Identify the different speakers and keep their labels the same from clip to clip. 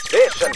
Speaker 1: Station.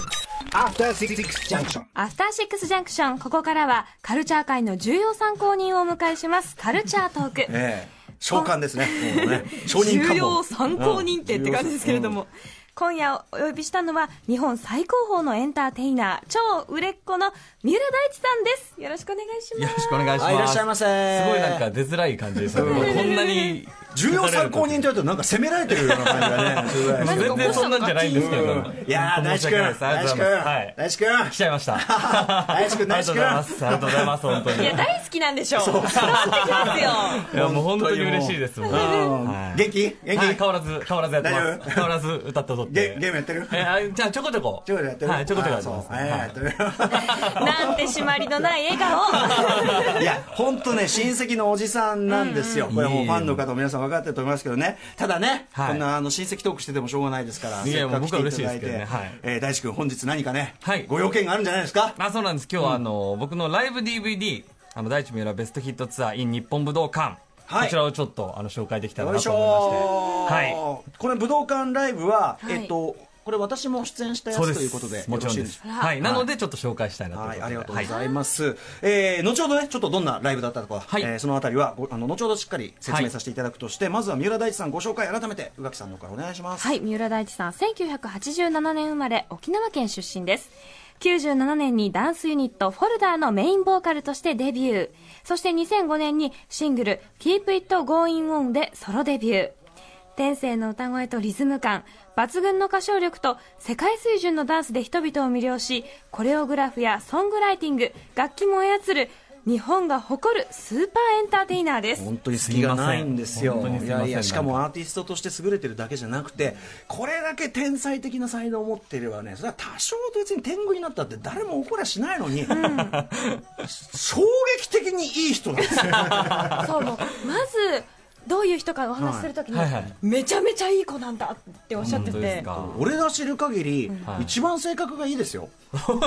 Speaker 2: After Six Junction.
Speaker 3: アフターシックスジャンクション、ここからはカルチャー界の重要参考人をお迎えします、カルチャートーク。
Speaker 4: ええ召喚ですね。もうね承認喚
Speaker 3: 重
Speaker 4: 問
Speaker 3: 要参考人ってって感じですけれども、今夜お呼びしたのは日本最高峰のエンターテイナー超売れっ子の三浦大知さんですよろしくお願いし
Speaker 5: よ
Speaker 3: ま
Speaker 5: ろし
Speaker 3: す
Speaker 5: くお願いします。
Speaker 6: あいらっしゃいませ
Speaker 5: すごいなんか出づらい感じですね。こんなに。
Speaker 4: 重要参考人というとなんか責められてるような感じがね。すごい
Speaker 3: 何か
Speaker 5: 全然そんなんじゃないんですけど。
Speaker 4: いやー、
Speaker 5: 本当
Speaker 4: 大
Speaker 5: 申
Speaker 4: 地
Speaker 5: し
Speaker 4: 君
Speaker 5: 訳ないで、すありが
Speaker 4: 大
Speaker 5: と
Speaker 4: 地
Speaker 5: う
Speaker 4: 君
Speaker 5: ございます。はい、。
Speaker 4: 大地君、
Speaker 5: 来ちゃい ました。大
Speaker 4: 地君
Speaker 5: ありがとうございます。ありがとうございます。本当に。
Speaker 3: いや大好きなんでしょう伝わってきますよ
Speaker 5: いやもう本当に嬉しいです。もうはい
Speaker 4: 元気元気、
Speaker 5: はい変わらず変わらずやって
Speaker 4: 大
Speaker 5: ま
Speaker 4: 丈
Speaker 5: す。変わらず歌って踊って。
Speaker 4: ゲゲームやってる
Speaker 5: えあじゃあちょこちょこ。
Speaker 4: ちょこちょこやってる
Speaker 5: はいちょこちょこやって
Speaker 4: あそ
Speaker 5: ます
Speaker 4: うはいやっ
Speaker 5: は
Speaker 4: てる
Speaker 3: なんて締まりのない笑 顔
Speaker 4: いや、本当ね、親戚のおじさんなんですよ、これはもうファンの方、皆さん分かってると思いますけどね、ただね、
Speaker 5: はい
Speaker 4: こんなあの親戚トークしててもしょうがないですから、
Speaker 5: いや
Speaker 4: せっかく来ていただい
Speaker 5: 僕は嬉しいですけど
Speaker 4: て
Speaker 5: ねはい、
Speaker 4: えー大地君、本日、何かね
Speaker 5: はい、
Speaker 4: ご用件があるんじゃないですか、
Speaker 5: い。あそうなんです。今日はあの僕のライブ DVD あの大地三浦ベストヒットツアー in 日本武道館
Speaker 4: はい
Speaker 5: こちらをちょっとあの紹介できたら
Speaker 4: よ
Speaker 5: ない
Speaker 4: し
Speaker 5: と
Speaker 4: ょ
Speaker 5: 思いまして。
Speaker 4: ー、
Speaker 5: は
Speaker 4: これ、武道館ライブは、
Speaker 3: はい
Speaker 4: えっと、これ、私も出演したや
Speaker 5: そうで
Speaker 4: つ
Speaker 5: す
Speaker 4: ということで、
Speaker 5: もちろん
Speaker 4: よ
Speaker 5: で
Speaker 4: ろしい
Speaker 5: す。
Speaker 4: か
Speaker 5: はい。なので、ちょっと紹介したいなと
Speaker 4: はい、あり
Speaker 5: いう
Speaker 4: が
Speaker 5: ことと
Speaker 4: う
Speaker 5: で。
Speaker 4: ございます、えー後ほどねちょっとどんなライブだったとか、
Speaker 5: はい
Speaker 4: えーそのあたりはごあの後ほどしっかり説
Speaker 5: は
Speaker 4: 明
Speaker 5: い
Speaker 4: させていただくとして、まずは三浦大知さんご紹介改めて宇垣さんの方からお願いします、
Speaker 3: はい三浦大知さん1987年生まれ沖縄県出身です97年にダンスユニットフォルダーのメインボーカルとしてデビューそして2005年にシングル「Keep It Going On」でソロデビュー天性の歌声とリズム感抜群の歌唱力と世界水準のダンスで人々を魅了しコレオグラフやソングライティング楽器も操る日本が誇るスーパーエンターテイナーです
Speaker 4: 本当に隙がないんですよ
Speaker 5: すいません本当にす
Speaker 4: い
Speaker 5: いませ
Speaker 4: や
Speaker 5: ん
Speaker 4: いやしか
Speaker 5: なん
Speaker 4: もアーティストとして優れてるだけじゃなくてこれだけ天才的な才能を持っていればねそれは多少別に天狗になったって誰も怒らしないのに、衝撃的にいい人なんです よ
Speaker 3: そうもうまずどういう人かお話しするときに、
Speaker 5: はいはい
Speaker 3: めちゃめちゃいい子なんだっておっしゃって
Speaker 5: 本当です
Speaker 3: て
Speaker 5: か。
Speaker 4: 俺が知る限り、
Speaker 5: はい
Speaker 4: 一番性格がいいですよ
Speaker 5: 本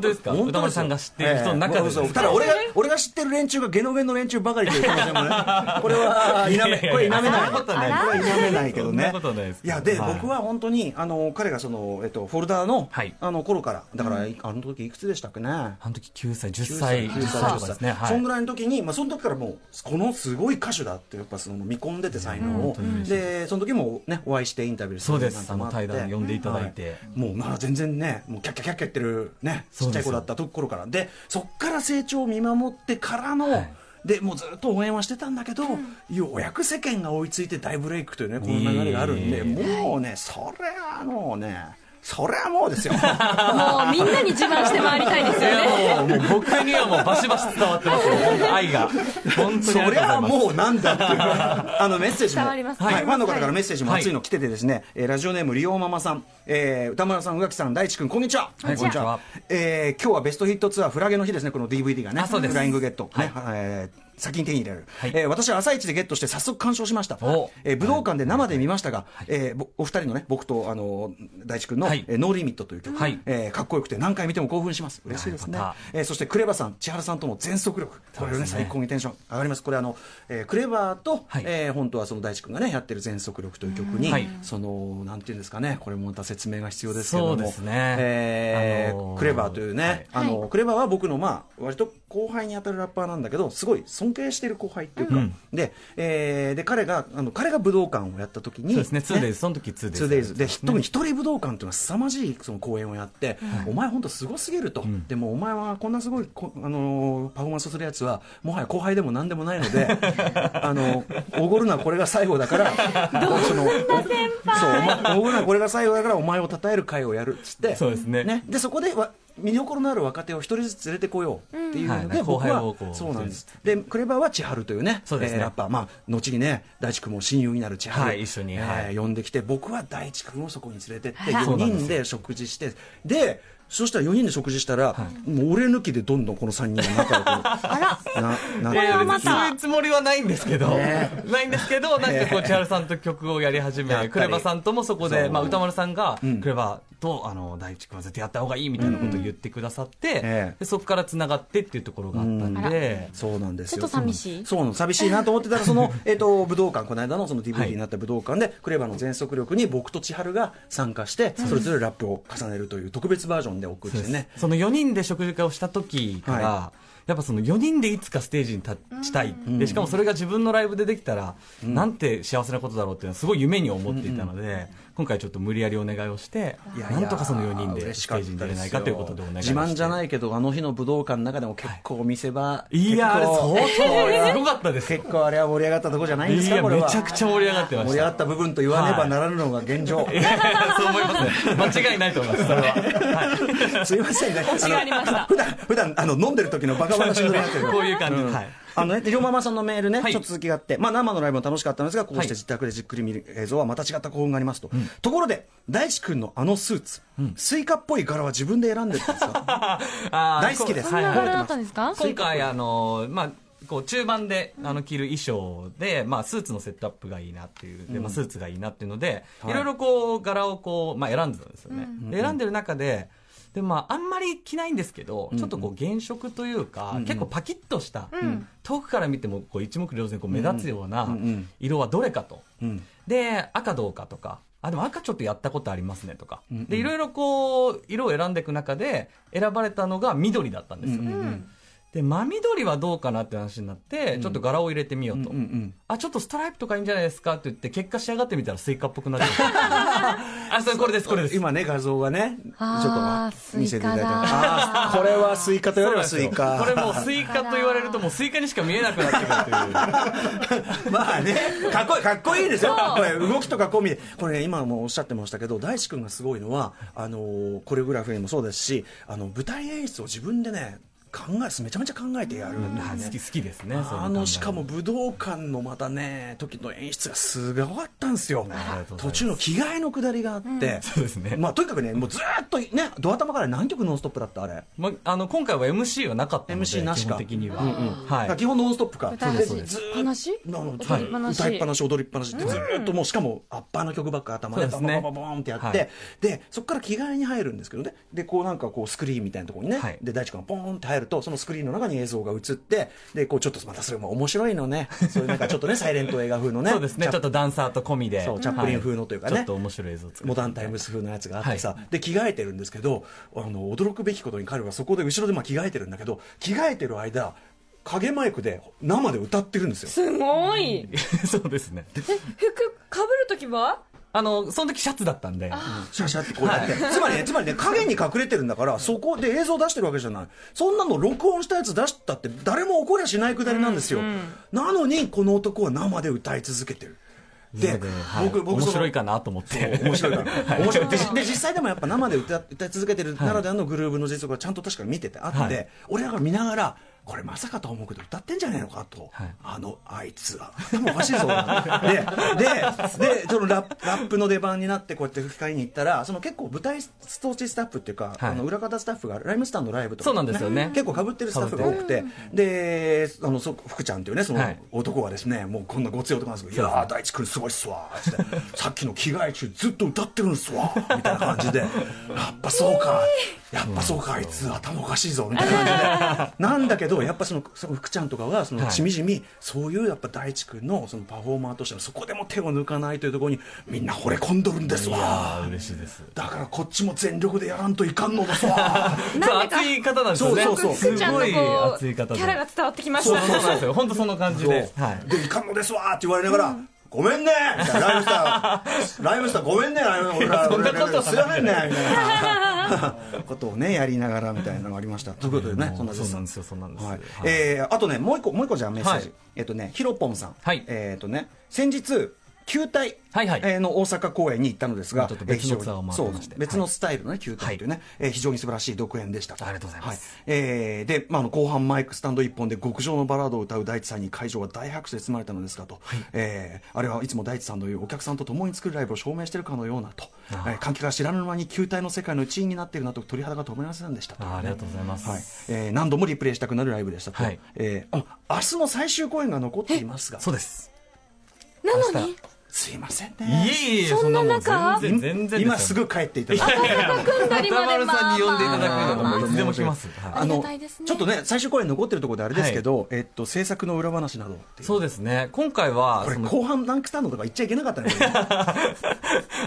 Speaker 5: 当ですか
Speaker 4: 本当
Speaker 5: 歌丸さんが知っている人の中でです
Speaker 4: ええ
Speaker 5: か。
Speaker 4: ただ俺が俺が知ってる連中がゲノゲの連中ばかりという可能性もね これは否めこれ否めない
Speaker 5: いやいやいやそんなことない
Speaker 4: これは否めないけどね
Speaker 5: そんなことないですけど
Speaker 4: やで、
Speaker 5: はい
Speaker 4: 僕は本当にあの彼がその、えっと、フォルダーの,、
Speaker 5: はい
Speaker 4: あの頃からだから、あの時いくつでしたっけね
Speaker 5: あの時9歳、10歳、10歳とかですね。は
Speaker 4: そん
Speaker 5: い
Speaker 4: ぐ。らいの時に、まあ、その時からもうこのすごい歌手だってやっぱその見込んでて才能を、でその時も、ね、お会いしてインタビューす
Speaker 5: そう
Speaker 4: る
Speaker 5: で
Speaker 4: なん
Speaker 5: す。
Speaker 4: か
Speaker 5: あ
Speaker 4: もあ
Speaker 5: の
Speaker 4: って
Speaker 5: 対談呼んでいただいて。
Speaker 4: もうなら全然ねもうキャッキャキャッキャ言ってるねち
Speaker 5: そ
Speaker 4: っ
Speaker 5: う
Speaker 4: ちゃ
Speaker 5: で
Speaker 4: い
Speaker 5: す
Speaker 4: 子だったところからでそっから成長を見守ってからの、
Speaker 5: はい
Speaker 4: でもうずっと応援はしてたんだけど、ようやく世間が追いついて大ブレイクというねこの流れがあるんで、
Speaker 5: え
Speaker 4: もうねそれはもうねそれはもうですよ
Speaker 3: もうみんなに自慢して回りたいです
Speaker 5: い
Speaker 3: よね
Speaker 5: やもう、もう僕にはもうバシバシ伝わってますよ。本当愛が。本当
Speaker 4: そ
Speaker 5: にあり
Speaker 4: りゃ
Speaker 5: がとうございます。
Speaker 4: もうなんだっていうあのメッセージも
Speaker 3: 伝わります
Speaker 4: はい、
Speaker 3: はい
Speaker 4: ファンの方からメッセージも
Speaker 5: はい
Speaker 4: 熱いの来ててですね、えーラジオネームリオママさん、えー歌村さん宇垣さん大地君こんにちは、
Speaker 5: はいこんにちは
Speaker 4: えー今日はベストヒットツアーフラゲの日ですねこの DVD がね
Speaker 5: あそうです
Speaker 4: フライングゲット、ね
Speaker 5: はい
Speaker 4: えー先に手に入れる、
Speaker 5: はい
Speaker 4: えー私は朝一でゲットして早速鑑賞しました
Speaker 5: お、
Speaker 4: えー武道館で生で見ましたが、えーぼお二人のね僕とあの大地君の、
Speaker 5: はい
Speaker 4: えーノーリミット」という曲、
Speaker 5: はい
Speaker 4: えーかっこよくて何回見ても興奮します嬉しいですね
Speaker 5: よかった、
Speaker 4: えーそしてクレバさん千原さんとも全速力これを
Speaker 5: そう
Speaker 4: ね
Speaker 5: ですね
Speaker 4: 最高にテンション上がりますこれあの、えークレバーと、
Speaker 5: はい
Speaker 4: えー本当はその大地君がねやってる全速力という曲に、
Speaker 5: はい
Speaker 4: そのなんていうんですかねこれもまた説明が必要ですけども
Speaker 5: そうですね
Speaker 4: えー
Speaker 5: あのー
Speaker 4: クレバーというね、
Speaker 5: はい
Speaker 4: あのクレバーは僕のまあ割と後輩に当たるラッパーなんだけどすごい尊敬してる後輩っていうか、で,、えーで彼があの彼が武道館をやった時に
Speaker 5: そうですね、2 days。その時2
Speaker 4: 2
Speaker 5: days。
Speaker 4: days で特に一人武道館というのは凄まじいその公演をやって、お前本当すごすぎると、でもお前はこんなすごいこあのーパフォーマンスをするやつはもはや後輩でも何でもないの であのおごるのはこれが最後だから そのそうお前おごるのはこれが最後だからお前を称える会をやるっつって
Speaker 5: そうですね
Speaker 4: でそこでわ見どころのある若手を一人ずつ連れてこようっていうので、
Speaker 5: うん
Speaker 4: 僕
Speaker 5: はい
Speaker 4: は
Speaker 5: 後輩をこう
Speaker 4: そうなんですでクレバーは千春というね
Speaker 5: そうですね
Speaker 4: えーラッパー、まあ、後にね大地君も親友になる千春、
Speaker 5: はい一緒に
Speaker 4: えー
Speaker 5: はい
Speaker 4: 呼んできて僕は大地君をそこに連れてって
Speaker 3: あら
Speaker 4: 4人で食事してでそしたら4人で食事したら、もう俺抜きでどんどんこの3人が仲良く
Speaker 3: あ
Speaker 4: ななって
Speaker 5: いやいや
Speaker 3: これは
Speaker 5: 別
Speaker 3: また
Speaker 5: にそういうつもりはないんですけど、ないんですけど、なんかこう、千原さんと曲をやり始
Speaker 4: やった
Speaker 5: め、
Speaker 4: り
Speaker 5: クレバさんともそこ
Speaker 4: そ
Speaker 5: で、
Speaker 4: う
Speaker 5: まあ、歌丸さんが、クレバ、と、あの、大地君は絶対やった方がいいみたいなことを言ってくださって、
Speaker 4: ええ
Speaker 5: でそこから繋がってっていうところがあったんで、
Speaker 4: そうなんですよ
Speaker 3: ちょっと寂しい
Speaker 4: そうなの寂しいなと思ってたらそ の、えっと武道館この間のその DVD になった武道館で、クレバの全速力に僕と千春が参加してそれぞれラップを重ねるという特別バージョンで送ってね
Speaker 5: その4人で食事会をした時から、
Speaker 4: は
Speaker 5: やっぱその4人でいつかステージに立ちたい、でしかもそれが自分のライブでできたら、なんて幸せなことだろうっていうのはすごい夢に思っていたので、今回ちょっと無理やりお願いをして
Speaker 4: いやいや
Speaker 5: なんとかその4人で
Speaker 4: 嬉
Speaker 5: ス
Speaker 4: し
Speaker 5: テ
Speaker 4: かっ
Speaker 5: ー
Speaker 4: たですよ
Speaker 5: ジに出れないかということでお願いをして
Speaker 4: 自慢じゃないけどあの日の武道館の中でも結構見せ場、
Speaker 5: いやーあれ
Speaker 4: 結構
Speaker 5: 相当すごかったですよ
Speaker 4: 結構あれは盛り上がったとこじゃないんで
Speaker 5: い
Speaker 4: すか
Speaker 5: や
Speaker 4: これ
Speaker 5: め
Speaker 4: は
Speaker 5: ちゃくちゃ盛り上がってま
Speaker 4: 盛
Speaker 5: し
Speaker 4: り上が
Speaker 5: た
Speaker 4: った部分と言わねばならぬのが現状、
Speaker 5: いやいや そう思いますね間違いないと思いますそれは、はい
Speaker 4: すいま せんね
Speaker 3: 星がありました
Speaker 4: あの普段普段あの飲んでる時のバカバカしいのになってる
Speaker 5: こういう感じで、
Speaker 4: ん
Speaker 5: はい
Speaker 4: あのね、で龍馬ママさんのメールね、
Speaker 5: はい
Speaker 4: ちょっと続きがあって、まあ、生のライブも楽しかったんですが、こう
Speaker 5: は
Speaker 4: し
Speaker 5: い
Speaker 4: て自宅でじっくり見る映像はまた違った興奮がありますと、ところで、大地君のあのスーツ、スイカっぽい柄は自分で選んでたんですか、
Speaker 5: あー
Speaker 4: 大好きです
Speaker 3: そんな柄だったんですか
Speaker 5: 今回あのまあこう中盤であの着る衣装で、まあ、スーツのセットアップがいいなっていうで、まあ、スーツがいいなっていうので、い、ろいろこう柄をこう、まあ、選んでたんですよね、で選んでる中でで、まあ、あんまり着ないんですけど、ちょっとこう原色というか、結構パキッとした、遠くから見てもこう一目瞭然こう目立つような色はどれかと、
Speaker 4: ん
Speaker 5: で赤どうかとかあでも赤ちょっとやったことありますねとか、でいろいろこう色を選んでいく中で選ばれたのが緑だったんですよ、
Speaker 3: うん
Speaker 5: で真緑はどうかなって話になって、ちょっと柄を入れて みようと、
Speaker 4: うんうん
Speaker 5: あちょっとストライプとかいいんじゃないですかって言って結果仕上がってみたらスイカっぽくなっ ちゃったあそれこれですこれです
Speaker 4: 今ね、画像がね、ちょっと
Speaker 3: あー
Speaker 4: 見せていただいて、
Speaker 3: スイカだ
Speaker 4: あーこれはスイカとい
Speaker 5: そ
Speaker 4: え
Speaker 5: う
Speaker 4: ば
Speaker 5: なんです
Speaker 4: ス
Speaker 5: よ
Speaker 4: イカ、
Speaker 5: これもうスイカと言われるともうスイカにしか見えなくなってくる っていう
Speaker 4: まあね、かっこいい、かっこいいですよ。これ動きとか込みで。これね、今もおっしゃってましたけど、大志くんがすごいのは、あのー、コレオグラフィーもそうですし、あの、舞台演出を自分でね、考え、めちゃめちゃ考えてやるんだよ
Speaker 5: 好
Speaker 4: ね。
Speaker 5: き好きですね
Speaker 4: あのしかも武道館のまたね時の演出がすごかったんですよ
Speaker 5: ありがとうございます
Speaker 4: 途中の着替えのくだりがあって、
Speaker 5: そうですね
Speaker 4: まあとにかくねもうずーっとねドア玉から何曲ノンストップだったあれ、
Speaker 5: まあの今回は MC はなかったので
Speaker 4: MC なし
Speaker 5: 基
Speaker 4: か
Speaker 5: 本的には、
Speaker 4: だ
Speaker 5: は
Speaker 4: から
Speaker 5: い
Speaker 4: 基本ノンストップか
Speaker 3: 歌い
Speaker 4: で
Speaker 3: っ
Speaker 4: ず
Speaker 3: ぱ
Speaker 4: ーっ
Speaker 3: なし
Speaker 4: なの
Speaker 3: 歌いっぱなし
Speaker 4: 歌いっぱなし踊りっぱなしってずーっともうしかもアッパーの曲ばっか頭でバ
Speaker 5: そ
Speaker 4: ン
Speaker 5: うです
Speaker 4: バ
Speaker 5: ね
Speaker 4: ンバンバンってやって、
Speaker 5: はい
Speaker 4: でそこから着替えに入るんですけどねでこうなんかこうスクリーンみたいなところにね、
Speaker 5: はい
Speaker 4: で大地君がポーンって入るとそのスクリーンの中に映像が映ってでこうちょっとまたそれも面白いのねそういうなんかちょっとねサイレント映画風のね
Speaker 5: そうですねちょっとダンサーと込みで
Speaker 4: そうチャップリン風のというかね
Speaker 5: はちょっと面白い映像を作
Speaker 4: モ
Speaker 5: って
Speaker 4: ダンタイムス風のやつがあってさ、で着替えてるんですけどあの驚くべきことに彼はそこで後ろでまあ着替えてるんだけど着替えてる間影マイクで生で歌ってるんですよ
Speaker 3: すごい
Speaker 5: そうですね
Speaker 3: え服かぶるときは
Speaker 5: あのその時シャツだったんで
Speaker 4: シャシャってこうやって、つまりね、つまりね、影に隠れてるんだから、そこで映像出してるわけじゃない。そんなの録音したやつ出したって、誰も怒りゃしないくだりなんですよ。なのに、この男は生で歌い続けてる。で、
Speaker 5: はい
Speaker 4: 僕、僕
Speaker 5: 面
Speaker 4: その、
Speaker 5: 白いかなと思って
Speaker 4: 面白いから、面白いでで実際でもやっぱ生で歌歌い続けてるならではのグルーブの実力がちゃんと確かに見ててあって、
Speaker 5: はい
Speaker 4: 俺らが見ながらこれまさかとは思うけど歌ってんじゃないのかと、
Speaker 5: はい
Speaker 4: あのあいつは頭おかしいぞでででそのラップラップの出番になってこうやって吹き替えに行ったらその結構舞台ストーチスタッフっていうか、
Speaker 5: は
Speaker 4: あ
Speaker 5: い
Speaker 4: の裏方スタッフがライムスターのライブとか、
Speaker 5: そうなんですよね
Speaker 4: 結構かぶってるスタッフが多くてであのそ福ちゃんっていうねその
Speaker 5: はい
Speaker 4: 男はですねもうこんなごつい男なんですけど「いやー大地君すごいっすわ」つって「さっきの着替え中ずっと歌ってるんすわ」みたいな感じで「やっぱそうかやっぱそうかあいつ頭おかしいぞ」みたいな感じでなんだけどやっぱそのその福ちゃんとかはその
Speaker 5: はい
Speaker 4: しみじみそういうやっぱ大地君のそのパフォーマーとしてのそこでも手を抜かないというところにみんな惚れ込んどるんです
Speaker 5: いや
Speaker 4: わ
Speaker 5: ー嬉しいです
Speaker 4: だからこっちも全力でやらんといかんのですわ。
Speaker 5: そう熱い方なんですよね
Speaker 4: そうそうそう
Speaker 3: 福ち
Speaker 5: す
Speaker 3: ゃんのこ
Speaker 5: ごいう熱い方で
Speaker 3: キャラが伝わってきまし
Speaker 5: そう
Speaker 3: た
Speaker 5: そうなんですよ本当その感じ
Speaker 4: そう
Speaker 5: ではい
Speaker 4: で、いかんのですわーって言われながら、ごめんねーみたいなライムスター、ライムスターごめんねー、ライム俺ら、
Speaker 5: そんなことは
Speaker 4: すいませんねーみたい なことをね、やりながらみたいなのがありました。ということでね、そんな
Speaker 5: そうなんですよそうなんですよ
Speaker 4: はい
Speaker 5: はい
Speaker 4: えーあとね、もう一個、もう一個じゃあメッセージ。
Speaker 5: はい
Speaker 4: えっとね、ヒロポンさん。
Speaker 5: はい
Speaker 4: えっとね、先日、球体
Speaker 5: はいはい
Speaker 4: えーの大阪公演に行ったのですが、
Speaker 5: まあちょっと別のツアーを
Speaker 4: え非常
Speaker 5: 回って
Speaker 4: に
Speaker 5: まし
Speaker 4: そ
Speaker 5: て
Speaker 4: う別のスタイルのね、球体というね、えー非常に素晴らしい独演でした。
Speaker 5: ありがとうございます
Speaker 4: はえーで、まあ、あの後半マイクスタンド一本で極上のバラードを歌う大地さんに会場は大拍手で包まれたのですがと、えーあれはいつも大地さんのいうお客さんと共に作るライブを証明しているかのようなと、えー観客が知らぬ間に球体の世界の一員になっているなと鳥肌が止められませんでしたと、
Speaker 5: あーありがとうございます
Speaker 4: はいえー何度もリプレイしたくなるライブでしたと、
Speaker 5: はい
Speaker 4: えーあ明日の最終公演が残っていますが
Speaker 5: そうです
Speaker 3: なのに
Speaker 4: すいません
Speaker 5: い
Speaker 4: ね
Speaker 5: えいえ、
Speaker 3: そんな中
Speaker 5: 全然、全然。
Speaker 4: 今す
Speaker 5: ぐ。
Speaker 4: ぐ帰っていただいて
Speaker 3: 組んだりま
Speaker 5: 中
Speaker 3: で
Speaker 5: 丸さんに呼んでいただ
Speaker 3: まあ
Speaker 5: ける
Speaker 3: まあ
Speaker 5: のもいつでも来ます。はい
Speaker 3: ありがたいですね
Speaker 4: ちょっとね最終公演残ってるところであれですけど、えっと制作の裏話などっていう
Speaker 5: そうですね。今回は、
Speaker 4: これ
Speaker 5: その
Speaker 4: 後半何来たのとか言っちゃいけなかったね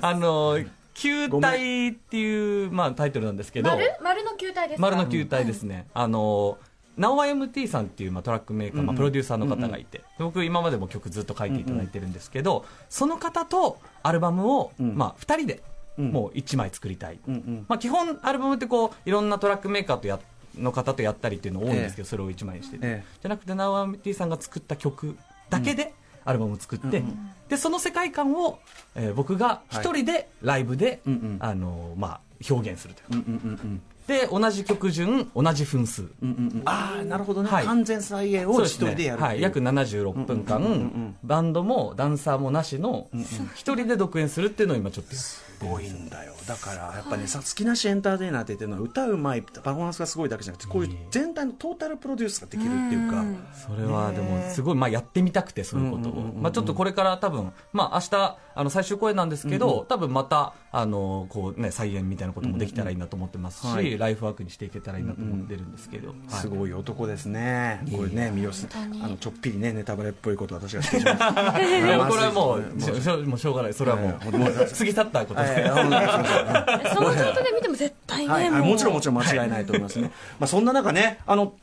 Speaker 5: あの、球体っていう、まあ、タイトルなんですけど、
Speaker 3: 丸丸の球体ですか
Speaker 5: 丸の球体ですね。あの、ナオア MT さんっていう、まあ、トラックメーカー、まあ、プロデューサーの方がいて、僕今までも曲ずっと書いていただいてるんですけど、その方とアルバムを、
Speaker 4: ん
Speaker 5: まあ、2人で
Speaker 4: ん
Speaker 5: もう1枚作りたい。
Speaker 4: うんうん
Speaker 5: まあ、基本アルバムってこういろんなトラックメーカーとやの方とやったりっていうの多いんですけど、それを一枚にしてて、
Speaker 4: ええ
Speaker 5: じゃなくてナオアミティさんが作った曲だけでアルバムを作って、でその世界観を、えー僕が一人でライブで、
Speaker 4: うんうん
Speaker 5: あのーまあ、表現するというか
Speaker 4: うんうん
Speaker 5: で同じ曲順同じ分数
Speaker 4: うんうんうんうんああなるほどね、
Speaker 5: はい
Speaker 4: 完全再現
Speaker 5: そ
Speaker 4: を
Speaker 5: う
Speaker 4: 一
Speaker 5: すね
Speaker 4: 人でやるっていう
Speaker 5: はい、約76分間、
Speaker 4: うんうんうんうん
Speaker 5: バンドもダンサーもなしの一人で独演するっていうのを今ちょっとやって
Speaker 4: すごいんだよだからやっぱねさ好きなしエンターテイナーって言ってるのは歌うまいパフォーマンスがすごいだけじゃなくてこういう全体のトータルプロデュースができるっていうか
Speaker 3: うん
Speaker 5: それはでもすごい、まあ、やってみたくてそういうことを、
Speaker 4: うんうんうんうん
Speaker 5: まあ、ちょっとこれから多分、まあ、明日あの最終公演なんですけど、多分またあのこう、ね、再演みたいなこともできたらいいなと思ってますし、
Speaker 4: うんうんうんはい
Speaker 5: ライフワークにしていけたらいいなと思ってるんですけど、はい
Speaker 4: すごい男ですね、これね、魅了す
Speaker 3: 本当に
Speaker 4: あのちょっぴりね、ネタバレっぽいことを私がしてしまいました。
Speaker 5: いやこれ はも
Speaker 4: も
Speaker 5: う
Speaker 4: う
Speaker 5: しょしょもうしょうがないそれはも
Speaker 4: ええ
Speaker 5: う、もう過ぎ去ったことですね、
Speaker 4: えー本当にそうですね
Speaker 3: そのチャートで見ても絶対ね、
Speaker 4: はい、はい、
Speaker 3: う
Speaker 4: もちろんもちろん間違いないと思いますね。 まあそんな中ね、あの。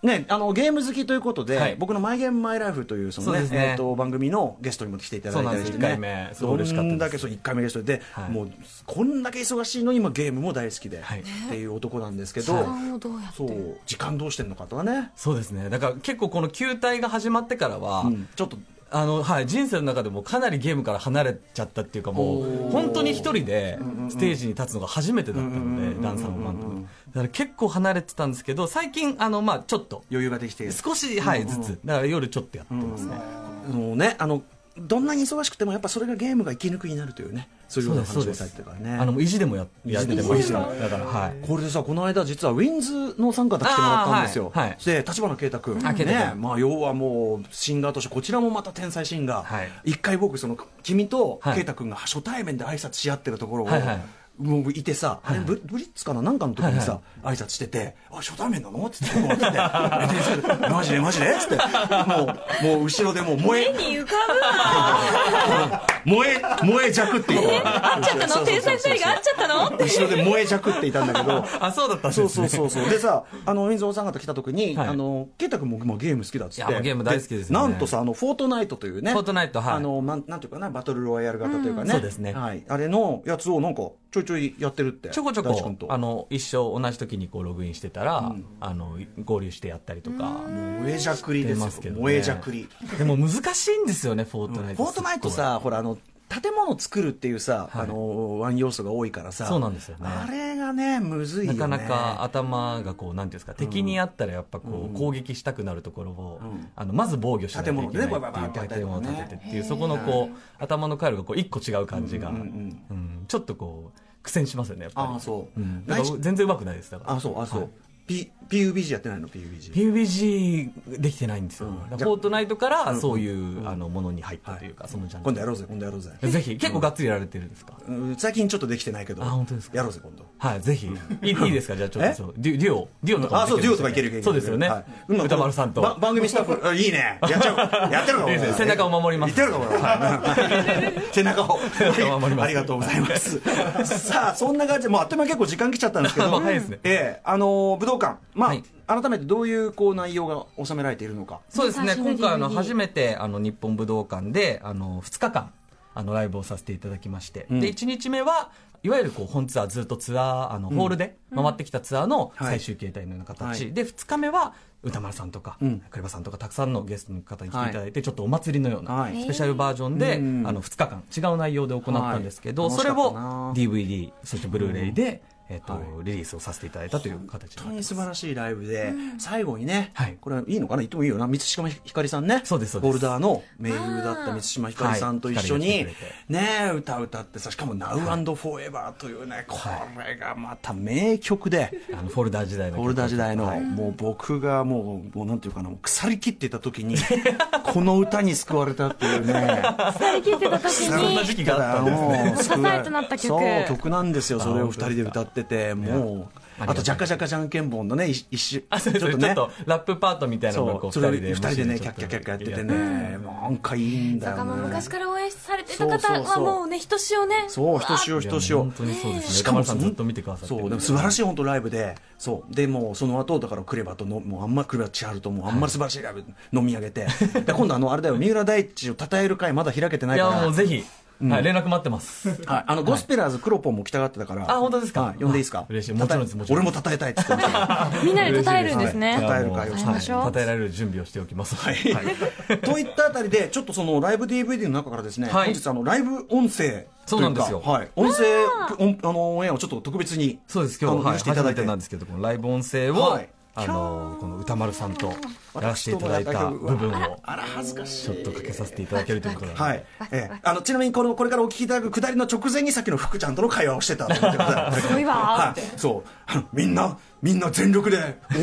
Speaker 4: ね、あのゲーム好きということで、
Speaker 5: はい
Speaker 4: 僕の「マイゲームマイライフ」というその、
Speaker 5: そう
Speaker 4: ね
Speaker 5: ですね
Speaker 4: えー、と番組のゲストにも来ていただいたりして、ね、
Speaker 5: そうなんです一回目すごい嬉しかったです
Speaker 4: どんだけそう1回目ゲストで、
Speaker 5: はい
Speaker 4: もうこんだけ忙しいのに今ゲームも大好きで、
Speaker 5: はい
Speaker 4: っていう男なんですけど、
Speaker 5: はい
Speaker 3: 時間をどうやって
Speaker 4: そう時間どうしてんのかとかね、
Speaker 5: そうですねだから結構この球体が始まってからは、
Speaker 4: うんちょっと
Speaker 5: あのはい、人生の中でもかなりゲームから離れちゃったっていうかもう本当に一人でステージに立つのが初めてだったのでダンサーもバンドもだから結構離れてたんですけど最近あの、まあ、ちょっと
Speaker 4: 余裕ができている
Speaker 5: 少し、はい、ずつだから夜ちょっとやってますね、
Speaker 4: あのねあのどんなに忙しくてもやっぱそれがゲームが息抜くになるというねそういうような
Speaker 5: そう
Speaker 4: 話
Speaker 5: で
Speaker 4: を
Speaker 5: す
Speaker 4: されてたからね
Speaker 5: あのもう意地でもややってま
Speaker 4: 意
Speaker 5: し
Speaker 4: 地で
Speaker 5: た
Speaker 4: も
Speaker 5: だからはい
Speaker 4: これでさこの間実はウィンズの参加で来てもらったんですよ、
Speaker 5: あーはいはい
Speaker 4: で立花啓太君、
Speaker 5: あ啓太
Speaker 4: ね
Speaker 5: 君
Speaker 4: まあ、要はもうシンガーとしてこちらもまた天才シンガー、
Speaker 5: はい
Speaker 4: 一回僕その君と
Speaker 5: はい
Speaker 4: 啓太君が初対面で挨拶し合ってるところを、
Speaker 5: はいはい
Speaker 4: もういてさ、あれブブリッツかななんかの時にさ、挨拶してて「あ初対面なの?」っつってこうやっててで先生マジでマジで?」っつってもうもう後ろでもう燃え
Speaker 3: に浮かぶわ
Speaker 4: 燃え燃え弱っていう
Speaker 3: 合っちゃったの天才二人が合っちゃったのって
Speaker 4: 後ろで燃え弱っていたんだけど
Speaker 5: あそうだったんです
Speaker 4: そ
Speaker 5: ね
Speaker 4: うそうそうそうでさあのウィンズ・オーさん方来た時に、
Speaker 5: はい
Speaker 4: あの圭太君も、まあ、ゲーム好きだっつっ
Speaker 5: い
Speaker 4: て
Speaker 5: やゲーム大好きですよね
Speaker 4: なんとさあのフォートナイトというね
Speaker 5: フォートナイトはい
Speaker 4: あのなんなんていうかなバトルロイヤル型というかね、
Speaker 5: んそうですね
Speaker 4: はい、あれのやつをなんかちょいちょいやってるって
Speaker 5: ちょこちょ
Speaker 4: 大地君
Speaker 5: ことあの一生同じ時にこうログインしてたら、あの合流してやったりとか、
Speaker 4: 燃えじゃくりで
Speaker 5: 出
Speaker 4: す
Speaker 5: ますけ
Speaker 4: よ
Speaker 5: どね
Speaker 4: 燃えじゃくり
Speaker 5: でも難しいんですよねフォートナイ
Speaker 4: フ
Speaker 5: ト、
Speaker 4: ォートナイトさほらあの建物作るっていうさ、あのワン要素が多いからさ
Speaker 5: そうなんですよね
Speaker 4: あれがねむずいよ
Speaker 5: な
Speaker 4: ね
Speaker 5: かなか頭がこうなんていうんですか敵にあったらやっぱこう攻撃したくなるところをあのまず防御しなきゃいけないって
Speaker 4: 建物で
Speaker 5: い
Speaker 4: ねバババ
Speaker 5: う
Speaker 4: ババ
Speaker 5: 建物を建てて
Speaker 4: 建
Speaker 5: っていうそこのこう頭の回路がこう一個違う感じがうんちょっとこう苦戦しますよねやっぱり
Speaker 4: ああそう、
Speaker 5: うんだから全然うまくないですだから
Speaker 4: あそうあそう、P PUBG やってないの PUBG
Speaker 5: PUBG できてないんですよ、だから
Speaker 4: じゃあ
Speaker 5: フォートナイトからそういう、あのものに入ったというか、そのジャンル
Speaker 4: 今度やろうぜ今度やろうぜ
Speaker 5: ぜひ結構がっつりやられてるんですか、
Speaker 4: うん最近ちょっとできてないけど
Speaker 5: あ本当ですか
Speaker 4: やろうぜ今度
Speaker 5: はいぜひいいいいですかじゃあちょっ
Speaker 4: え
Speaker 5: とそうデュデュオデュオとかも
Speaker 4: あそうデュオとかいけるいける
Speaker 5: そうですよね、
Speaker 4: はい今
Speaker 5: 歌丸さんと
Speaker 4: ば番組スタッフ あいいねやっちゃうやってるかも
Speaker 5: いいですね背中を守ります
Speaker 4: 言ってるかも はい背中を
Speaker 5: 中を守ります
Speaker 4: ありがとうございますさあそんな感じでもうあっという間に結構時間来ちゃったんですけど
Speaker 5: もう早いですね
Speaker 4: ええあのー武道館ま
Speaker 5: はい
Speaker 4: あ改めてどういうこう内容が収められているのか
Speaker 5: そうですね
Speaker 3: 最初の
Speaker 5: 今回あの
Speaker 3: DVD
Speaker 5: 初めてあの日本武道館であの2日間あのライブをさせていただきまして、
Speaker 4: ん
Speaker 5: で1日目はいわゆるこう本ツアーずっとツアーあのホールで回ってきたツアーの
Speaker 4: はい
Speaker 5: 最終形態のような形、
Speaker 4: はい
Speaker 5: で2日目は歌丸さんとか
Speaker 4: ん
Speaker 5: クレバさんとかたくさんのゲストの方に来ていただいて、ちょっとお祭りのような
Speaker 4: はい
Speaker 5: スペシャルバージョンで、
Speaker 4: うん
Speaker 5: あの2日間違う内容で行ったんですけど、
Speaker 4: はい
Speaker 5: それを
Speaker 4: 楽しかったな
Speaker 5: DVD そしてブルーレイで、えっと、リリースをさせていただいたという
Speaker 4: 本
Speaker 5: 形にな
Speaker 4: 当
Speaker 5: ってま
Speaker 4: に
Speaker 5: す
Speaker 4: 素晴らしいライブで、最後にね、
Speaker 5: はい
Speaker 4: これはいいのかな言ってもいいよな満島ひかりさんね
Speaker 5: そうですそうで
Speaker 4: ボ
Speaker 5: す
Speaker 4: ルダーの名優だった満島ひかりさんと一緒
Speaker 5: はい
Speaker 4: に、
Speaker 5: 光が来て
Speaker 4: ね歌歌ってさしかも「Now&Forever」というねこれがまた名曲で。
Speaker 5: あのフォルダー時代の曲
Speaker 4: ボルダー時代の、もう僕がもう、もうなんていうかな、もう腐りきってた時に、この歌に救われたっていうね。
Speaker 3: さりきってた時
Speaker 5: そんな
Speaker 3: に
Speaker 5: 時期があったんですね
Speaker 4: もう
Speaker 3: 支えとなった曲
Speaker 4: そう、曲なんですよ。それを二人で歌ってて、もう、
Speaker 5: ありがとうございます
Speaker 4: あと、ジャカジャカジャンケンボンのね、一一種、
Speaker 5: あそうですちょっ
Speaker 4: ね。
Speaker 5: とラップパートみたいなのが
Speaker 4: そ
Speaker 5: こう
Speaker 4: う、それを二人でね、
Speaker 5: ち
Speaker 4: キ
Speaker 5: ょ
Speaker 4: ャ
Speaker 5: っ
Speaker 4: ッキャ
Speaker 5: と
Speaker 4: ッキャッキャやっててね、もうなんかいいんだ
Speaker 3: だ
Speaker 4: よ
Speaker 3: からもう
Speaker 4: ね。
Speaker 3: 昔から応援されてた
Speaker 4: そ
Speaker 3: 方
Speaker 4: うそう
Speaker 3: は
Speaker 4: そう
Speaker 3: もうね、ひとしおね。
Speaker 4: そう、ひとしお、
Speaker 5: い
Speaker 4: ひ
Speaker 5: や
Speaker 4: としお。
Speaker 5: 本当にそうですね
Speaker 4: しかも
Speaker 5: 歌丸さんずっと見てくださって
Speaker 4: そうでも素晴らしい本当ライブでそうでもうその後だからクレバとのもうあんまクレバ千春ともうあんまり素晴らしいライブ飲み上げて、で今度あのあれだよ三浦大知を称える会まだ開けてない
Speaker 5: い
Speaker 4: か
Speaker 5: や
Speaker 4: ら
Speaker 5: もうぜひ、はい、連絡待ってます
Speaker 4: はい、あのゴスペラーズクロポンも来たがってたから
Speaker 5: あ本当ですか
Speaker 4: はい呼んでいいですか
Speaker 5: 嬉しいもちろんですもちろん
Speaker 4: 俺も称えたいって言ってました
Speaker 3: みんなで称えるんです
Speaker 4: はい
Speaker 3: ね。
Speaker 4: 讃える会を
Speaker 5: いやもう
Speaker 3: しましょう
Speaker 5: はい讃えられる準備をしておきますはい、
Speaker 4: といったあたりでちょっとそのライブ DVD の中からですね、
Speaker 5: はい
Speaker 4: 本日あのライブ音声
Speaker 5: そうなんですよ
Speaker 4: というかはい、音声音あのオンエアをちょっと特別に
Speaker 5: そうです
Speaker 4: あ
Speaker 5: 今
Speaker 4: の
Speaker 5: 日は
Speaker 4: 許
Speaker 5: い
Speaker 4: していただ
Speaker 5: 初め
Speaker 4: いて
Speaker 5: てなんですけどこのライブ音声を、
Speaker 4: はい
Speaker 5: あのこの歌丸さんとやらせていただいた部分を
Speaker 4: あら恥ずかしい
Speaker 5: ちょっとかけさせていただけるということなので、
Speaker 4: はい、ええ、あのちなみにこのこれからお聞きいただくくだりの直前にさっきの福ちゃんとの会話をしてたと思ってください
Speaker 3: すごいわーっ
Speaker 4: は
Speaker 3: て
Speaker 4: い、そうあのみんなみんな全力で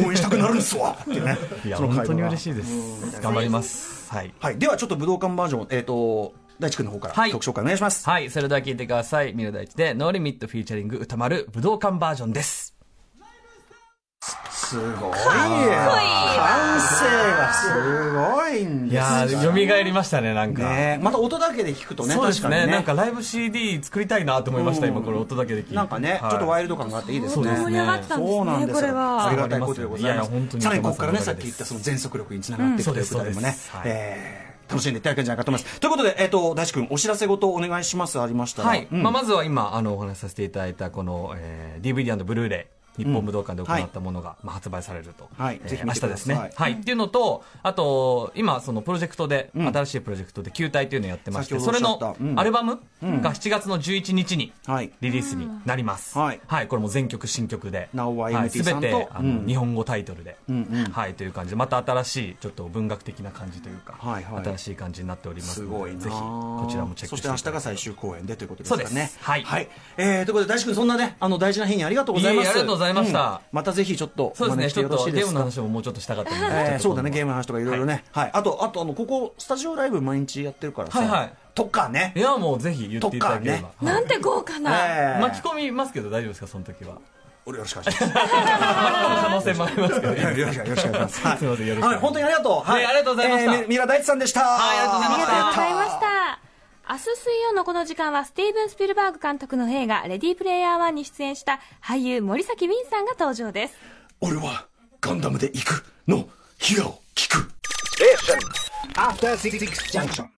Speaker 4: 応援したくなるんですわっていうね
Speaker 5: いや
Speaker 4: その会話
Speaker 5: 本
Speaker 4: が
Speaker 5: 当に嬉しいです頑張りますはい
Speaker 4: はい、ではちょっと武道館バージョンえっ、と大地君の方から
Speaker 5: はい
Speaker 4: 曲紹介お願いします、
Speaker 5: はい、それでは聞いてください。ミューダイチで、ノーリミットフィーチャリング歌丸武道館バージョンです。
Speaker 4: すごい感性がすごいんで
Speaker 5: い
Speaker 4: す
Speaker 5: やー、蘇りましたね、なんか。
Speaker 4: ねまた音だけで聞くとね
Speaker 5: そうで
Speaker 4: 確
Speaker 5: す
Speaker 4: か
Speaker 5: ね
Speaker 4: にね
Speaker 5: なんかライブ CD 作りたいなと思いました、今これ音だけで聞いて。
Speaker 4: なんかね、
Speaker 5: はい
Speaker 4: ちょっとワイルド感があっていいです
Speaker 5: そ
Speaker 4: ね
Speaker 5: うですね
Speaker 3: 盛り上がってたんです
Speaker 4: そうなん
Speaker 3: ね、
Speaker 4: で
Speaker 3: こ
Speaker 4: す
Speaker 3: れ
Speaker 4: よあり
Speaker 3: は。
Speaker 4: がたいことでございま
Speaker 5: いやいや本当
Speaker 4: す
Speaker 5: に
Speaker 4: さらにここからねさ
Speaker 5: おかげさ
Speaker 4: っ
Speaker 5: まで
Speaker 4: き言
Speaker 5: で
Speaker 4: っ
Speaker 5: す
Speaker 4: たその全速力につながっていく
Speaker 5: うん
Speaker 4: ということでも
Speaker 5: そうで
Speaker 4: ね
Speaker 5: すそうですはい
Speaker 4: えー楽しんでいただけるんじゃないかと思いますということでえっと大志くんお知らせごとお願いしますありましたら
Speaker 5: はい。
Speaker 4: うん
Speaker 5: まあ、まずは今、あの、お話しさせていただいた、この、えー DVD& ブルーレイ。日本武道館で行ったものが、まあ、発売されると。
Speaker 4: はい
Speaker 5: えー
Speaker 4: ぜひ見
Speaker 5: 明
Speaker 4: て
Speaker 5: 日
Speaker 4: ください
Speaker 5: ですね。
Speaker 4: は
Speaker 5: はいい。っていうのと、あと、今、そのプロジェクトで、
Speaker 4: ん
Speaker 5: 新しいプロジェクトで球体というのをやってまして、
Speaker 4: 先ほどお
Speaker 5: それ
Speaker 4: っしゃった
Speaker 5: の
Speaker 4: うん
Speaker 5: アルバムが7月の11日に
Speaker 4: はい
Speaker 5: リリースになります。
Speaker 4: はい
Speaker 5: これも全曲新曲で。
Speaker 4: Now
Speaker 5: はい
Speaker 4: YMT
Speaker 5: 全
Speaker 4: さん
Speaker 5: て
Speaker 4: と、
Speaker 5: あの
Speaker 4: うん
Speaker 5: 日本語タイトルで
Speaker 4: んうん。
Speaker 5: はい。という感じで、また新しい、ちょっと文学的な感じというか
Speaker 4: はいはい、
Speaker 5: 新しい感じになっております
Speaker 4: す
Speaker 5: の
Speaker 4: ご
Speaker 5: で。
Speaker 4: いな
Speaker 5: ぜひ、こちらもチェッ
Speaker 4: そ
Speaker 5: クし
Speaker 4: してて
Speaker 5: いた
Speaker 4: 明
Speaker 5: だ
Speaker 4: 日
Speaker 5: けたら
Speaker 4: が最終公演でということですかね
Speaker 5: そうですはい
Speaker 4: えーということで大志くんそんなねあの大事な日にありがとうございます
Speaker 5: いえいえありがとうございました
Speaker 4: んまたぜひちょっと
Speaker 5: そうですね、
Speaker 4: お招きして
Speaker 5: ちょ
Speaker 4: よ
Speaker 5: っ
Speaker 4: ろし
Speaker 5: と
Speaker 4: いで
Speaker 5: ゲー
Speaker 4: す
Speaker 5: ム
Speaker 4: か
Speaker 5: の話ももうちょっとしたかったので、
Speaker 4: えー
Speaker 5: ち
Speaker 4: そ
Speaker 5: ょっと今度
Speaker 4: うだねゲームの話とかいろいろね、はいあとあとあのここスタジオライブ毎日やってるからさ、
Speaker 5: はいはい
Speaker 4: とかね
Speaker 5: いや、もうぜひ言っていただければ
Speaker 4: と。
Speaker 3: なんて豪華な。
Speaker 4: えー
Speaker 5: 巻き込みますけど大丈夫ですか、その時 は。
Speaker 4: 俺よろしくお願いし ます
Speaker 5: 巻き込む可能性もありますけどね。
Speaker 4: よろしくよろしくお願いします
Speaker 5: すいませんよろしく
Speaker 4: はい本当にありがとうはい
Speaker 5: ねありがとうございました
Speaker 4: えーみミラ大地さんでしたはい
Speaker 5: ありがとうございました
Speaker 3: ありがとうございました。明日水曜のこの時間はスティーブン・スピルバーグ監督の映画「レディープレイヤー1」に出演した俳優森崎ウィンさんが登場です
Speaker 4: 俺はガンダムで行くのヒアを聞く
Speaker 2: After Six Junction.